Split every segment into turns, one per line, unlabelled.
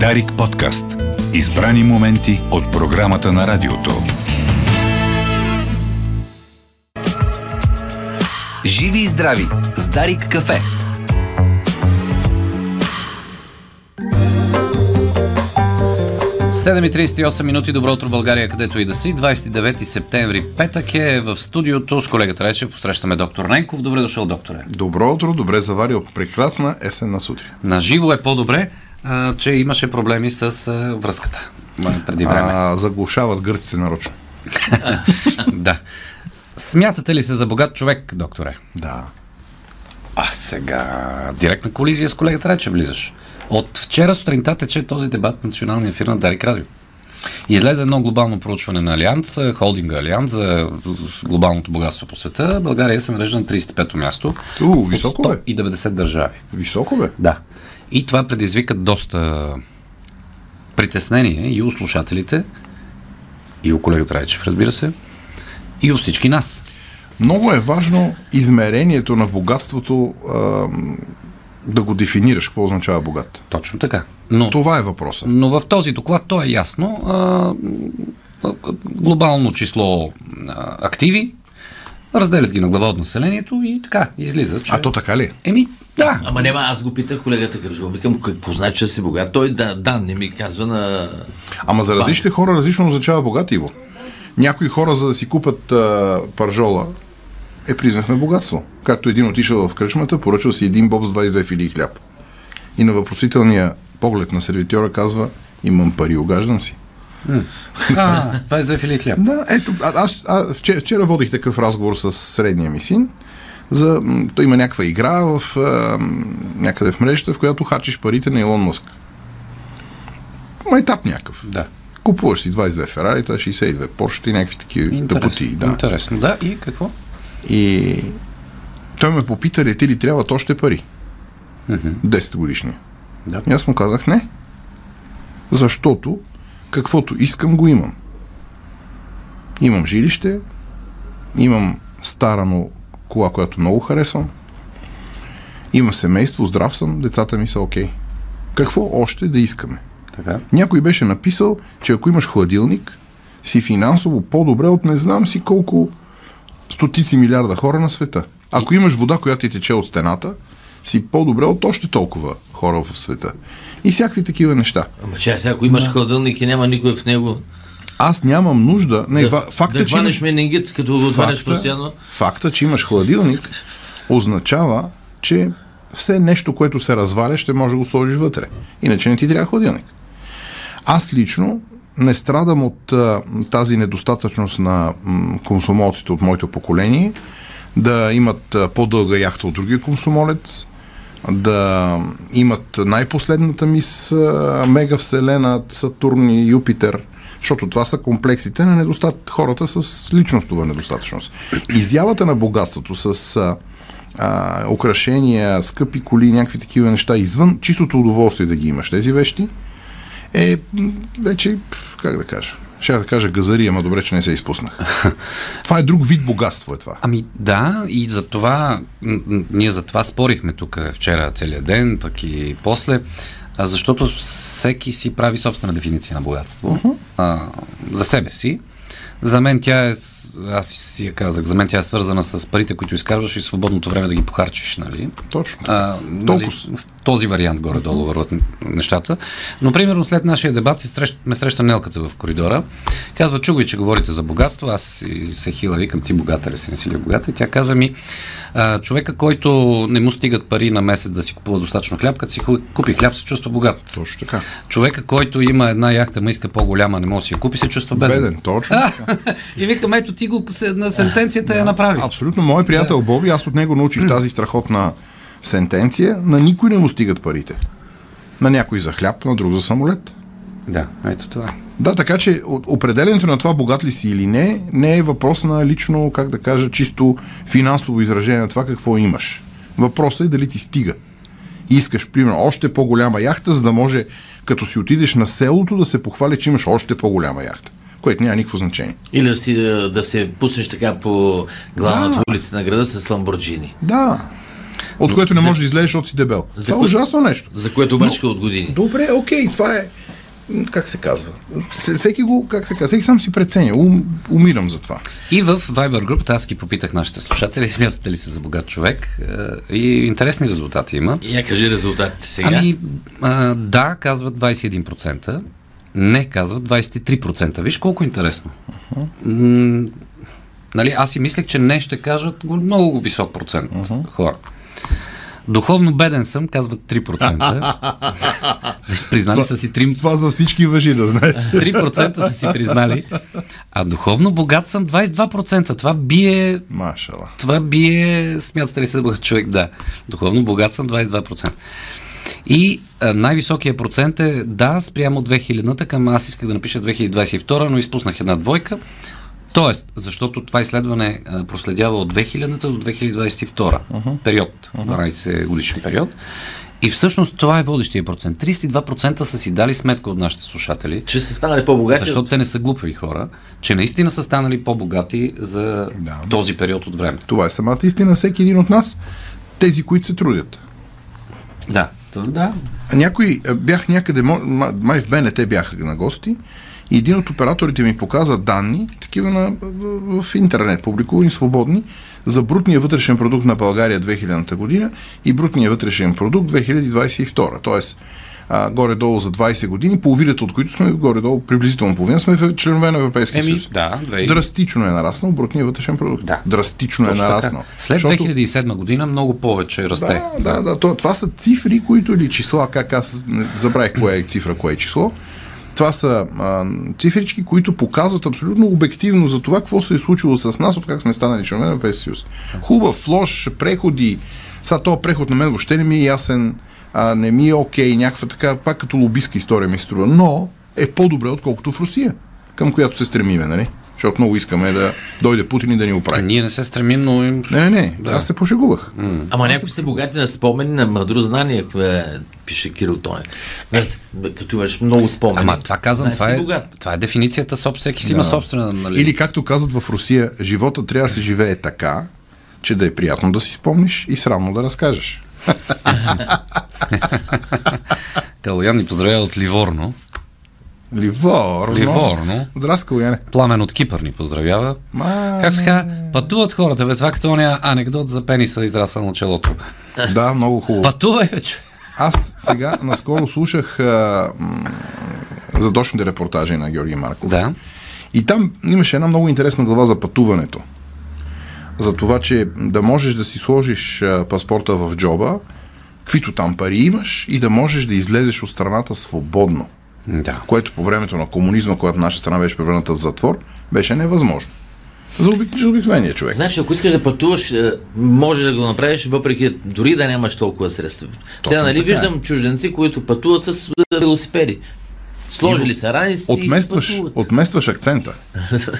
Дарик подкаст. Избрани моменти от програмата на радиото.
Живи и здрави с Дарик кафе.
Седем и 38 минути, добро утро България, където и да си. 29 септември, петък е в студиото с колегата Речев. Посрещаме доктор Ненков. Добре дошъл, докторе.
Добро утро, добре заварил. Прекрасна есенна сутрин.
На живо е по-добре, а, че имаше проблеми с а, връзката а, преди време.
А, заглушават гърците нарочно.
Да. Смятате ли се за богат човек, докторе?
Да.
А сега директна колизия с колегата Рече влизаш. От вчера сутринта тече този дебат в националния ефир на Дарик Радио. Излезе едно глобално проучване на Алианс, холдинга Алианс за глобалното богатство по света. България се нарежда на 35-то място.
У, високо
от
бе.
190 държави.
Високо бе.
Да. И това предизвика доста притеснение и у слушателите, и у колегата Райчев, разбира се, и у всички нас.
Много е важно измерението на богатството а, да го дефинираш. Какво означава богат?
Точно така. Но
Това е въпроса.
Но в този доклад то е ясно. А, м, а, глобално число а, активи, разделят ги на глава от населението и така излиза, че...
А то така ли? е?
Еми, да.
Ама нема, аз го питах колегата Кържова. Викам, какво значи да си богат? Той да, да, не ми казва на...
Ама за различните хора различно означава богат Иво. Някои хора, за да си купат а, паржола, е признак на богатство. Както един отишъл в кръчмата, поръчал си един боб с 22 филии хляб. И на въпросителния поглед на сервитьора казва, имам пари, огаждам си.
А, 22 филии хляб.
Да, ето, а, аз а, вчера, вчера водих такъв разговор с средния ми син. За, м, той има някаква игра в, а, м, някъде в мрежата, в която харчиш парите на Илон Мъск. Майтап някакъв.
Да.
Купуваш си 22 Ферарита, 62 Поршите и някакви такива
Интересно,
тъпоти. Да.
Интересно, да. И какво?
И той ме попита, ли ти ли трябват още пари? 10 годишни.
Да.
И аз му казах не. Защото каквото искам, го имам. Имам жилище, имам стара но кола, която много харесвам, имам семейство, здрав съм, децата ми са окей. Какво още да искаме?
Така.
Някой беше написал, че ако имаш хладилник, си финансово по-добре от не знам си колко стотици милиарда хора на света. Ако имаш вода, която ти тече от стената, си по-добре от още толкова хора в света. И всякакви такива неща.
Ама че, сега, ако имаш хладилник и няма никой в него,
Аз нямам нужда. Не, да, факта,
да
че имаш,
хванеш менингит, като го отваряш
факта,
постоянно.
факта, че имаш хладилник, означава, че все нещо, което се разваля, ще може да го сложиш вътре. Иначе не ти трябва хладилник. Аз лично не страдам от а, тази недостатъчност на м, консумолците от моето поколение да имат а, по-дълга яхта от другия консумолец, да имат най-последната мис а, мега вселена Сатурн и Юпитер, защото това са комплексите на недостат... хората с личностова недостатъчност. Изявата на богатството с а, а, украшения, скъпи коли, някакви такива неща извън чистото удоволствие да ги имаш тези вещи, е м, вече, как да кажа, ще да кажа газария, ама добре, че не се изпуснах. Това е друг вид богатство е това.
Ами да, и за това, м- м- ние за това спорихме тук вчера целият ден, пък и после, а, защото всеки си прави собствена дефиниция на богатство а, за себе си. За мен тя е, с- аз си я казах, за мен тя е свързана с парите, които изкарваш и свободното време да ги похарчиш, нали?
Точно.
А, нали,
Толкова.
в този вариант горе-долу върват н- нещата. Но, примерно, след нашия дебат се срещ, ме среща Нелката в коридора. Казва, чугай, че говорите за богатство. Аз си- се хила, викам, ти богата ли си, не си ли богата? И тя каза ми, а, човека, който не му стигат пари на месец да си купува достатъчно хляб, като си ху- купи хляб, се чувства богат.
Точно така.
Човека, който има една яхта, ма иска по-голяма, не може да си я купи, се чувства беден.
Беден, точно.
И викам, ето ти го се- на сентенцията я направи.
Е, Абсолютно. Мой приятел Боби, аз от него научих тази страхотна сентенция. На никой не му стигат парите. На някой за хляб, на друг за самолет.
Да, ето това. е.
Да, така че о- определенето на това богат ли си или не, не е въпрос на лично, как да кажа, чисто финансово изражение на това какво имаш. Въпросът е дали ти стига. Искаш, примерно, още по-голяма яхта, за да може, като си отидеш на селото, да се похвали, че имаш още по-голяма яхта. Което няма никакво значение.
Или да, си, да се пуснеш така по главната улица на града с ламборджини.
Да, от което не можеш да излезеш, защото си дебел. Това е
кое-
ужасно нещо.
За което бачка от години.
Добре, окей, това е. м, Как се казва? С- Всеки го, как се казва, всеки сам си преценя. Ум, умирам за това.
И в Viber групата аз ги попитах нашите слушатели, смятате ли се за богат човек. Е, И интересни резултати има.
Я кажи резултатите сега.
Ами, а, да, казват 21%, не казват 23%. Виж колко интересно. М, нали, аз си мислех, че не ще кажат го- много висок процент хора. Духовно беден съм, казват 3%. Значи, признали са си 3%.
Това за всички въжи, да знаеш.
3% са си признали. А духовно богат съм 22%. Това бие
Машала.
това бие, смятате ли се да бъда човек? Да. Духовно богат съм 22%. И а, най-високия процент е да, спрямо 2000-та към аз исках да напиша 2022, но изпуснах една двойка. Тоест, защото това изследване а, проследява от 2000-та до 2022 период, 12 годишен период. И всъщност това е водещия процент. 32% са си дали сметка от нашите слушатели,
Че са станали по-богати.
защото те не са глупави хора, че наистина са станали по-богати за
Да.
този период от време.
Това е самата истина, всеки един от нас. Тези, които се трудят.
Да. Да.
А някой, а, бях някъде, мо- ма- май в БНТ бях на гости, и един от операторите ми показа данни, такива на, в- в интернет, публикувани свободни, за брутния вътрешен продукт на България 2000 година и брутния вътрешен продукт 2022. Тоест, а, горе-долу за 20 години, половината от които сме, горе-долу приблизително половина, сме в- членове на Европейския
Еми,
съюз.
да, две-
Драстично е нараснал брутния вътрешен продукт.
Да.
Драстично е нараснал.
След
Защото-
2007 година много повече расте.
да, да, да. То, това са цифри, които или числа, как аз не забравих кое е цифра, кое е число. Това са а, цифрички, които показват абсолютно обективно за това, какво се е случило с нас, от как сме станали членове на Европейския съюз. Хубав, лош, преходи. Сега този преход на мен въобще не ми е ясен, а, не ми е окей, някаква така, пак като лобистка история ми се струва, но е по-добре, отколкото в Русия, към която се стремиме, нали? Защото много искаме да дойде Путин и да ни оправи.
Ние не се стремим, но им...
Не, не, не, аз се пошегувах.
Ама някои са богати на спомени, на мъдро знание, к- е, пише Кирил Тонев. Знаете, бе, Като имаш много спомени.
Ами,
Ама това казвам,
знаеш,
това
си
е,
богат.
това е дефиницията, соб, всеки си има собствена. Нали?
Или както казват в Русия, живота трябва да се живее така, че да е приятно да си спомниш и срамно да разкажеш.
Калоян ни поздравява от Ливорно.
Нали, Ливорно.
Ливорно.
Здрасти, Кояне.
Пламен от Кипър ни поздравява.
Ма,
Как се казва? Пътуват хората, бе, това като оня анекдот за пениса израсъл на челото.
Да, много хубаво.
Пътувай вече.
Аз сега наскоро слушах а, м, задочните репортажи на Георги Марков.
Да.
И там имаше една много интересна глава за пътуването. За това, че да можеш да си сложиш а, паспорта в джоба, каквито там пари имаш и да можеш да излезеш от страната свободно.
Да.
което по времето на комунизма, когато наша страна беше превърната в затвор, беше невъзможно. За, обик... за обикновения човек.
Значи, ако искаш да пътуваш, е, може да го направиш, въпреки дори да нямаш толкова средства. Сега, нали, виждам чужденци, които пътуват с е, велосипеди. Сложили са раниците и си
Отместваш,
пътуват.
отместваш акцента.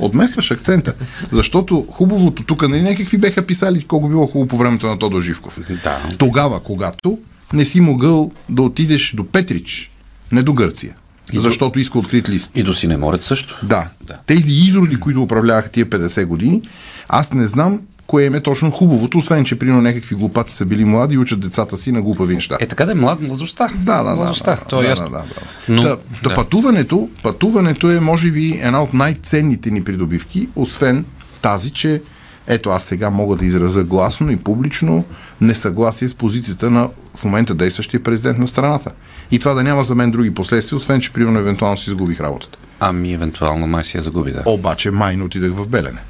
Отместваш акцента. Защото хубавото тук, нали някакви беха писали колко било хубаво по времето на Тодор Живков.
Да.
Тогава, когато не си могъл да отидеш до Петрич, не до Гърция. защото иска открит лист.
И до Синеморец също.
Да. Тези изроди, които управляваха тия 50 години, аз не знам кое им е точно хубавото, освен че примерно някакви глупаци са били млади и учат децата си на глупави неща.
Е така да е млад, младостта.
Да, да, да.
младостта.
да,
то е
да,
ясно.
да, да, да.
Но-
Та- та
да.
пътуването, пътуването е, може би, една от най-ценните ни придобивки, освен тази, че ето аз сега мога да изразя гласно и публично несъгласие с позицията на в момента действащия президент на страната. И това да няма за мен други последствия, освен че примерно евентуално си изгубих работата.
Ами, евентуално май си я загуби, да.
Обаче майно отидах в Белене.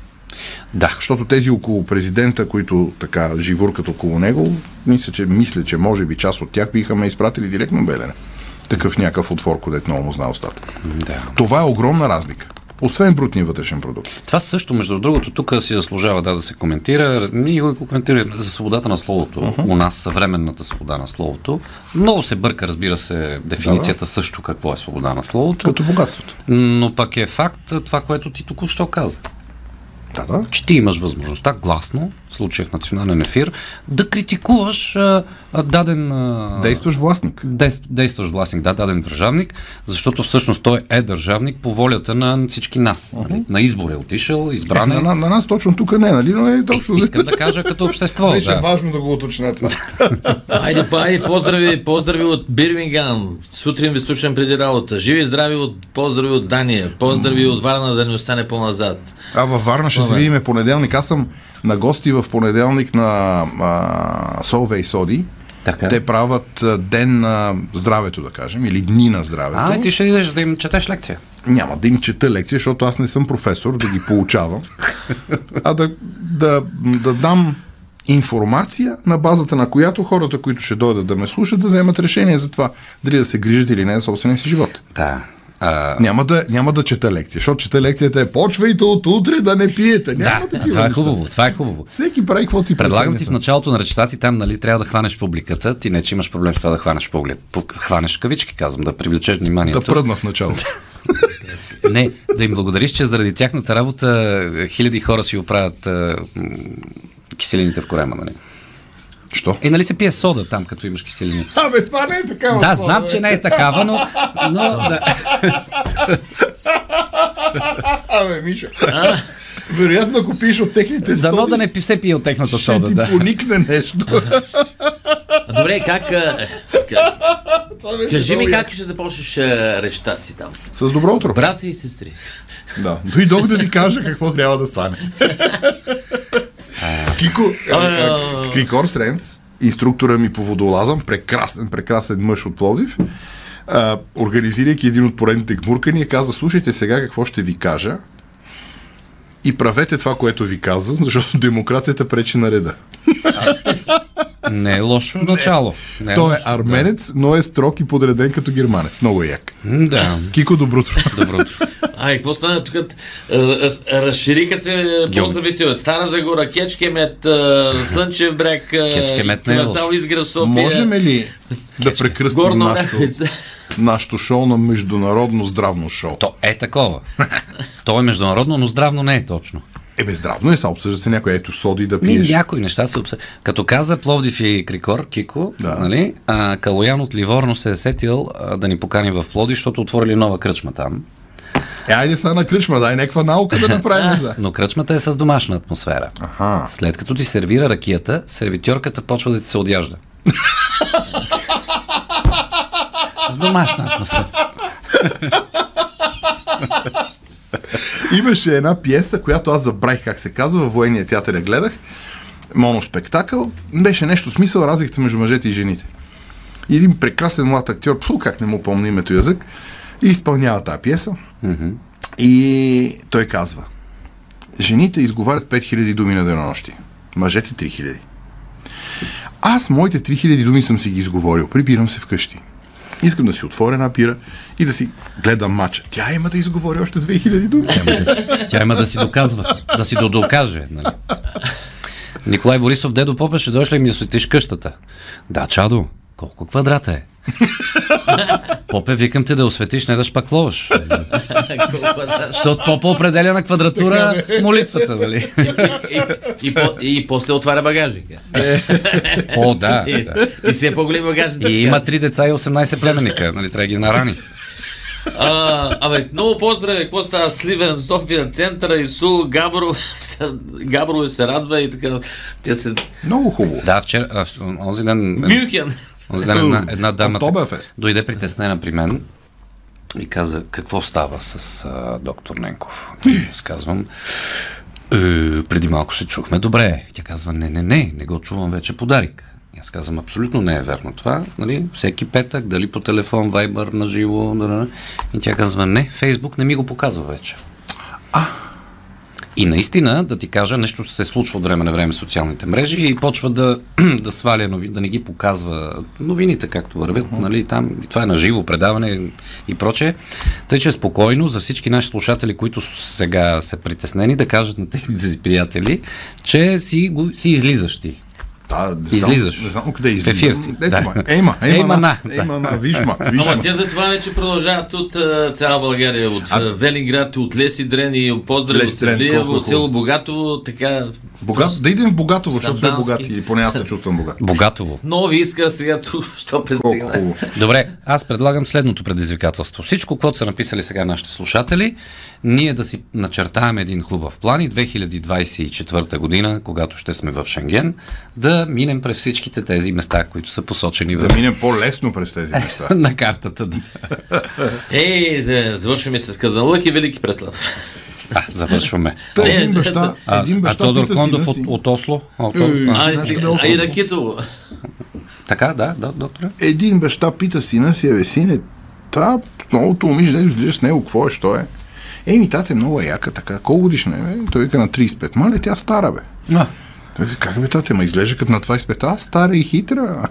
Да.
Защото тези около президента, които така живуркат около него, мисля, че, мисля, че може би част от тях биха ме изпратили директно в Белене. Такъв някакъв отвор, където много му знае устата.
да.
Това е огромна разлика. Освен брутния вътрешен продукт.
Това също, между другото, тук си заслужава да, да се коментира. Ние го коментираме за свободата на словото. Uh-huh. У нас съвременната свобода на словото. Много се бърка, разбира се, дефиницията да. също какво е свобода на словото.
Като богатството.
Но пък е факт това, което ти току-що каза.
Да, да.
Че ти имаш възможността гласно, в случая в национален ефир, да критикуваш а, а, даден... А,
Действаш властник.
действ- действащ властник, да, даден държавник, защото всъщност той е държавник по волята на всички нас. Нали? На избор е отишъл,
На,
избран е.
на, на нас точно тук не, нали? Но е
Е,
точно.
Искам да кажа като общество.
Беше
да.
важно да го уточня това.
Айде, па, айде, поздрави, поздрави от Бирмингам. Сутрин ви слушам преди работа. Живи и здрави от поздрави от Дания. Поздрави от Варна да не остане по-назад.
А във Варна ще се видиме понеделник. Аз съм на гости в понеделник на а, Солве и Соди.
Така.
Те правят а, ден на здравето, да кажем, или дни на здравето.
А, и ти ще идеш да им четеш лекция.
Няма да им чета лекция, защото аз не съм професор, да ги получавам, а да, да, да дам информация, на базата на която хората, които ще дойдат да ме слушат, да вземат решение за това, дали да се грижат или не за собствения си живот.
Да. А,
Няма да, няма да чета лекция, защото чета лекцията е почвайте от утре да не пиете.
да,
Няма такива
това е
неща.
хубаво, това е хубаво.
Всеки прави каквото си
Предлагам ти
прецени.
в началото на речта ти там, нали, трябва да хванеш публиката. Ти не, че имаш проблем с това да хванеш поглед. Пу- Хванеш в кавички, казвам, да привлечеш вниманието.
Да пръдна в началото.
Не, да им благодариш, че заради тяхната работа е, хиляди хора си оправят е, м, киселините в корема, нали?
Що?
Е, нали се пие сода там, като имаш киселини?
Абе, това не е така.
Да, знам, че не е такава, но... но да.
Абе, Миша. Вероятно, ако пиеш от техните
Дано да не пи- се пие от техната сода, да.
поникне нещо.
А, Добре, как... а, ка- Кажи ми как ще започнеш а, речта си там.
С добро утро.
Брата и сестри.
Да. Дойдох да ви кажа какво трябва да стане. Кико, а, а, Крикор Сренц, инструктора ми по водолазъм, прекрасен, прекрасен мъж от Пловдив, а, организирайки един от поредните гмуркания, каза, слушайте сега какво ще ви кажа и правете това, което ви казвам, защото демокрацията пречи на реда.
Не е лошо начало. Не е
Той е
лошо.
арменец, но е строг и подреден като германец. Много е як.
М, Да,
Кико, добро утро.
добро. утро.
Ай, какво стана тук? а, а, с- Разшириха се поздравите от Стара Загора, Кечкемет, а, е, Слънчев бряг,
Кечкемет не е
Квартал
лош.
Изгрев,
Можем
София,
ли да прекръстим
Горно
нашето,
Оряховица.
нашето шоу на международно здравно шоу?
То е такова. То е международно, но здравно не е точно.
Ебе, здравно е, сега обсъжда се някой. Ето, соди да
Ми,
пиеш.
някои неща се обсъ... Като каза Пловдив и Крикор, Кико,
Да.
да. нали, а, Калоян от Ливорно се е сетил а, да ни покани в Пловдив, защото отворили нова кръчма там.
Е, айде сега на кръчма, дай някаква наука да направим за.
Но кръчмата е с домашна атмосфера.
Аха.
След като ти сервира ракията, сервитьорката почва да ти се одяжда. с домашна атмосфера.
Имаше една пиеса, която аз забравих как се казва, във военния театър я гледах. Моноспектакъл. Беше нещо смисъл разликата между мъжете и жените. И един прекрасен млад актьор, пфу, как не му помня името и язък, и изпълнява тази пиеса. И той казва, жените изговарят 5000 думи на денонощи, мъжете 3000. Аз моите 3000 думи съм си ги изговорил, прибирам се вкъщи. Искам да си отворя една пира и да си гледам мача. Тя има да изговори още 2000 думи.
Тя има да си доказва, да си додокаже. Нали? Николай Борисов, дедо Попа, ще дойш ли ми осветиш къщата? Да, Чадо, колко квадрата е? Попе, викам те да осветиш, не да шпакловаш.
Колко е да.
Защото Попа определя на квадратура молитвата, нали?
И- и- и по- И после отваря багажника.
О, да.
И,
да.
и си е по-голям багажник.
И има три деца и 18 племенника, нали? Трябва да ги нарани.
А, абе, много поздрави, какво става Сливен, София, Центъра, Исул, Габрово, Габрово се радва и така. Те се...
Много хубаво.
Да, вчера, а, в- онзи ден...
Мюнхен!
Онзи ден Е, една, една дама
Октоберфест.
дойде притеснена при мен и каза, какво става с а, доктор Ненков? И аз казвам, е, преди малко се чухме добре. Тя казва, не, не, не, не го чувам вече подарик. И аз казвам, абсолютно не е верно това. Нали? Всеки петък, дали по телефон, вайбър, на живо. И тя казва, не, Фейсбук не ми го показва вече. И наистина, да ти кажа, нещо се случва от време на време в социалните мрежи и почва да, да сваля новини, да не ги показва новините, както вървят, нали, там, и това е на живо предаване и прочее. Тъй, че е спокойно за всички наши слушатели, които сега са притеснени, да кажат на техните си приятели, че си, го, си излизащи.
Та, не
Излизаш.
Знам, не знам къде излизаш.
ефир си,
Ето
да.
ма, Ема, ема,
Ема
ема на.
на, да.
Ема на, виж ма, виж ма.
Ама те затова не, че продължават от а, цяла България, от а... Велинград, от Лесидрен и от Поздрав, от
Лесидрен,
Севлиево,
колко е
от село Богатово, така...
Богат, да идем в Богатово, защото сме
Сандански.
богати. Или поне аз се чувствам богат.
Богатово.
Много ви иска сега тук, що
Колко
пристигна.
хубаво.
Добре, аз предлагам следното предизвикателство. Всичко, което са написали сега нашите слушатели, ние да си начертаем един хубав план и 2024 година, когато ще сме в Шенген, да минем през всичките тези места, които са посочени в...
Да минем по-лесно през тези места.
на картата. Да.
Ей, да, Е, завършваме с Казанлък и Велики Преслав.
А, завършваме.
Та
Не,
един
не,
баща,
А,
е един
а
баща
Тодор
пита сина
Кондов от,
си.
от Осло? А, от-
Ей.
а,
А, и
знаеш
сега-
къде
а и
оставам?
Ракитово.
така, да, да, докторе.
Един баща пита сина си, бе, сине, та, новото момиче, дето излиза с него, какво е, що е? Еми, тате, много е яка така. Колко годишна е, бе? Той вика на 35. Мале, тя стара, бе.
А,
Той вика, как бе, тате, ма изглежда като на 25. А, стара и хитра.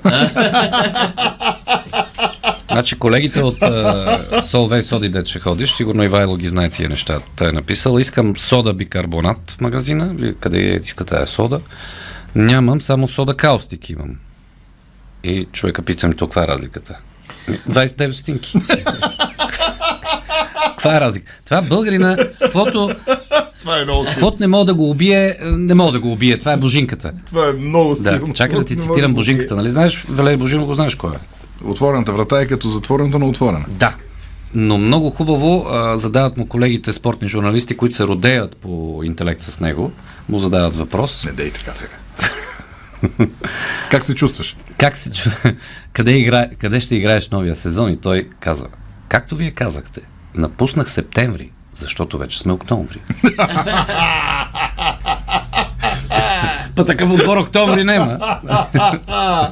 Значи колегите от uh, Solvay Соди, дет ще ходиш, сигурно Ивайло ги знае тия неща. Той е написал, искам сода бикарбонат в магазина, или къде е, иска тая сода. Нямам, само сода каустик имам. И човека пита ми, то каква е разликата? 29 стотинки. Каква е разлика? Това българина, каквото,
Това е много
каквото не мога да го убие, е, не мога да го убие. Това е божинката.
Това е много
Да, чакай да ти цитирам божинката. Нали знаеш, Валерий Божинов го знаеш кой е?
Отворената врата е като затворената на отворена.
Да. Но много хубаво а, задават му колегите спортни журналисти, които се родеят по интелект с него, му задават въпрос.
Не дей така сега. как се чувстваш?
Как се чу... къде, игра... къде ще играеш новия сезон? И той каза, както вие казахте, напуснах септември, защото вече сме октомври. Па такъв отбор октомври нема.
А,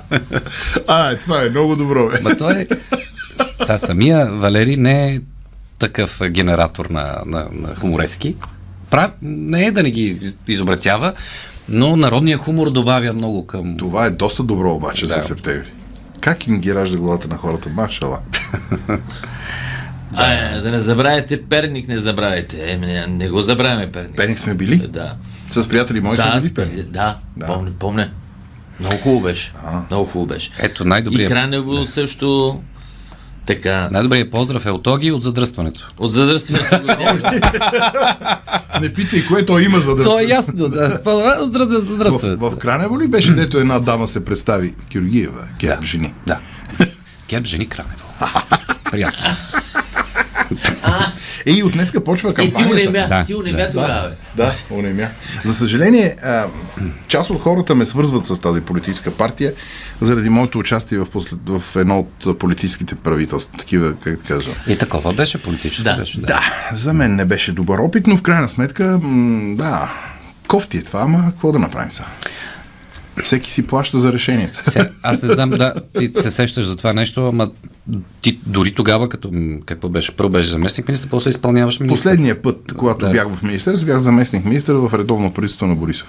е, това е много добро, бе.
Ма той... Сега самия Валери не е такъв генератор на, на, на хуморески. Прав... Не е да не ги изобретява, но народния хумор добавя много към...
Това е доста добро обаче
Да.
за септември. Как им ги ражда главата на хората? Машала.
А, е, да не забравяйте Перник, не забравяйте. Е, не, не го забравяме Перник.
Перник сме били?
Да.
С приятели мои
Да,
сме
аз,
били Перник.
да,
Да.
да. Помня, помня. Много хубаво беше. Много хубаво беше.
Е,
Ето
И
най-добрият,
Кранево също така.
най-добрият поздрав е от Оги от задръстването.
От задръстването
Не питай кое той има за да...
То е ясно, да.
В,
Задръстването.
в Кранево ли беше, дето една дама се представи? Киргиева, герб жени.
Да. Герб жени Кранево. Приятно.
Е, и от днеска почва
Е, ти
кампанията.
унемя,
Да,
ти унемя тогава. бе.
Да, унемя. За съжаление, а, част от хората ме свързват с тази политическа партия заради моето участие в, послед... в едно от политическите правителства. Такива, как кажа.
И такова беше политическо.
Да.
Беше,
Да, за мен не беше добър опит, но в крайна сметка, м- да, кофти е това, ама какво да направим сега? Всеки си плаща за решенията.
Сега, аз не знам, да, ти се сещаш за това нещо, ама ти дори тогава, като м, какво беше, първо беше заместник министър, после изпълняваш министър.
Последния път, когато
Да.
бях в министерство, бях заместник министър в редовно правителство на Борисов.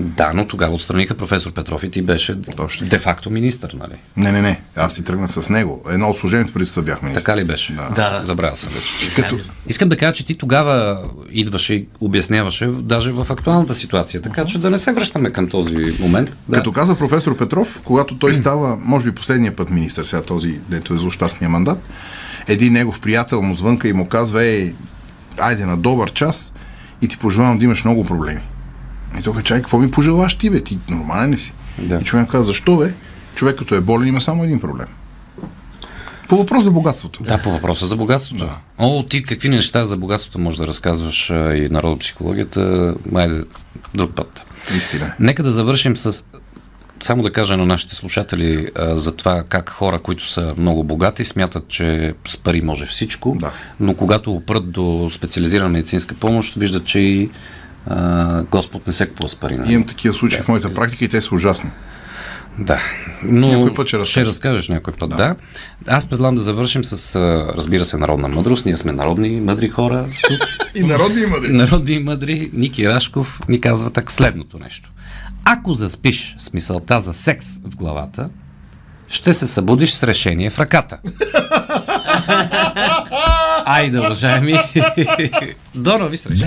Да, но тогава отстраниха професор Петров и ти беше
Точно.
де-факто министър, нали?
Не, не, не, аз си тръгнах с него. Едно от служебните правителства бях министър.
Така ли беше?
Да.
Да.
Забравял съм вече.
Като...
Искам да кажа, че ти тогава идваше и обясняваше даже в актуалната ситуация, така че да не се връщаме към този момент. Да.
Като каза професор Петров, когато той става, може би последния път министър, сега този, дето е злощастния мандат, един негов приятел му звънка и му казва, ей, айде на добър час и ти пожелавам да имаш много проблеми. И той казва, чай, какво ми пожелаваш ти, бе? Ти нормален ли си?
Да.
И човек казва, защо, бе? Човек като е болен има само един проблем. По въпрос за богатството.
Да, по въпроса за богатството. Да. О, ти какви неща за богатството можеш да разказваш а, и народопсихологията, майде, друг път.
Истина.
Нека да завършим с. Само да кажа на нашите слушатели а, за това как хора, които са много богати, смятат, че с пари може всичко,
Да.
но когато опрат до специализирана медицинска помощ, виждат, че и а, Господ не се купува с пари. нали?
Имам такива случаи в моята практика и те са ужасни.
Да. Но
Някой път ще
ще
разкажеш.
разкажеш някой път, да. да. Аз предлагам да завършим с, а, разбира се, народна мъдрост. Ние сме народни, мъдри хора. Тук
И народни има да
Народни и мъдри Ники Рашков ни казва так следното нещо. Ако заспиш с мисълта за секс в главата, ще се събудиш с решение в ръката. Айде, уважаеми. До нови срещи.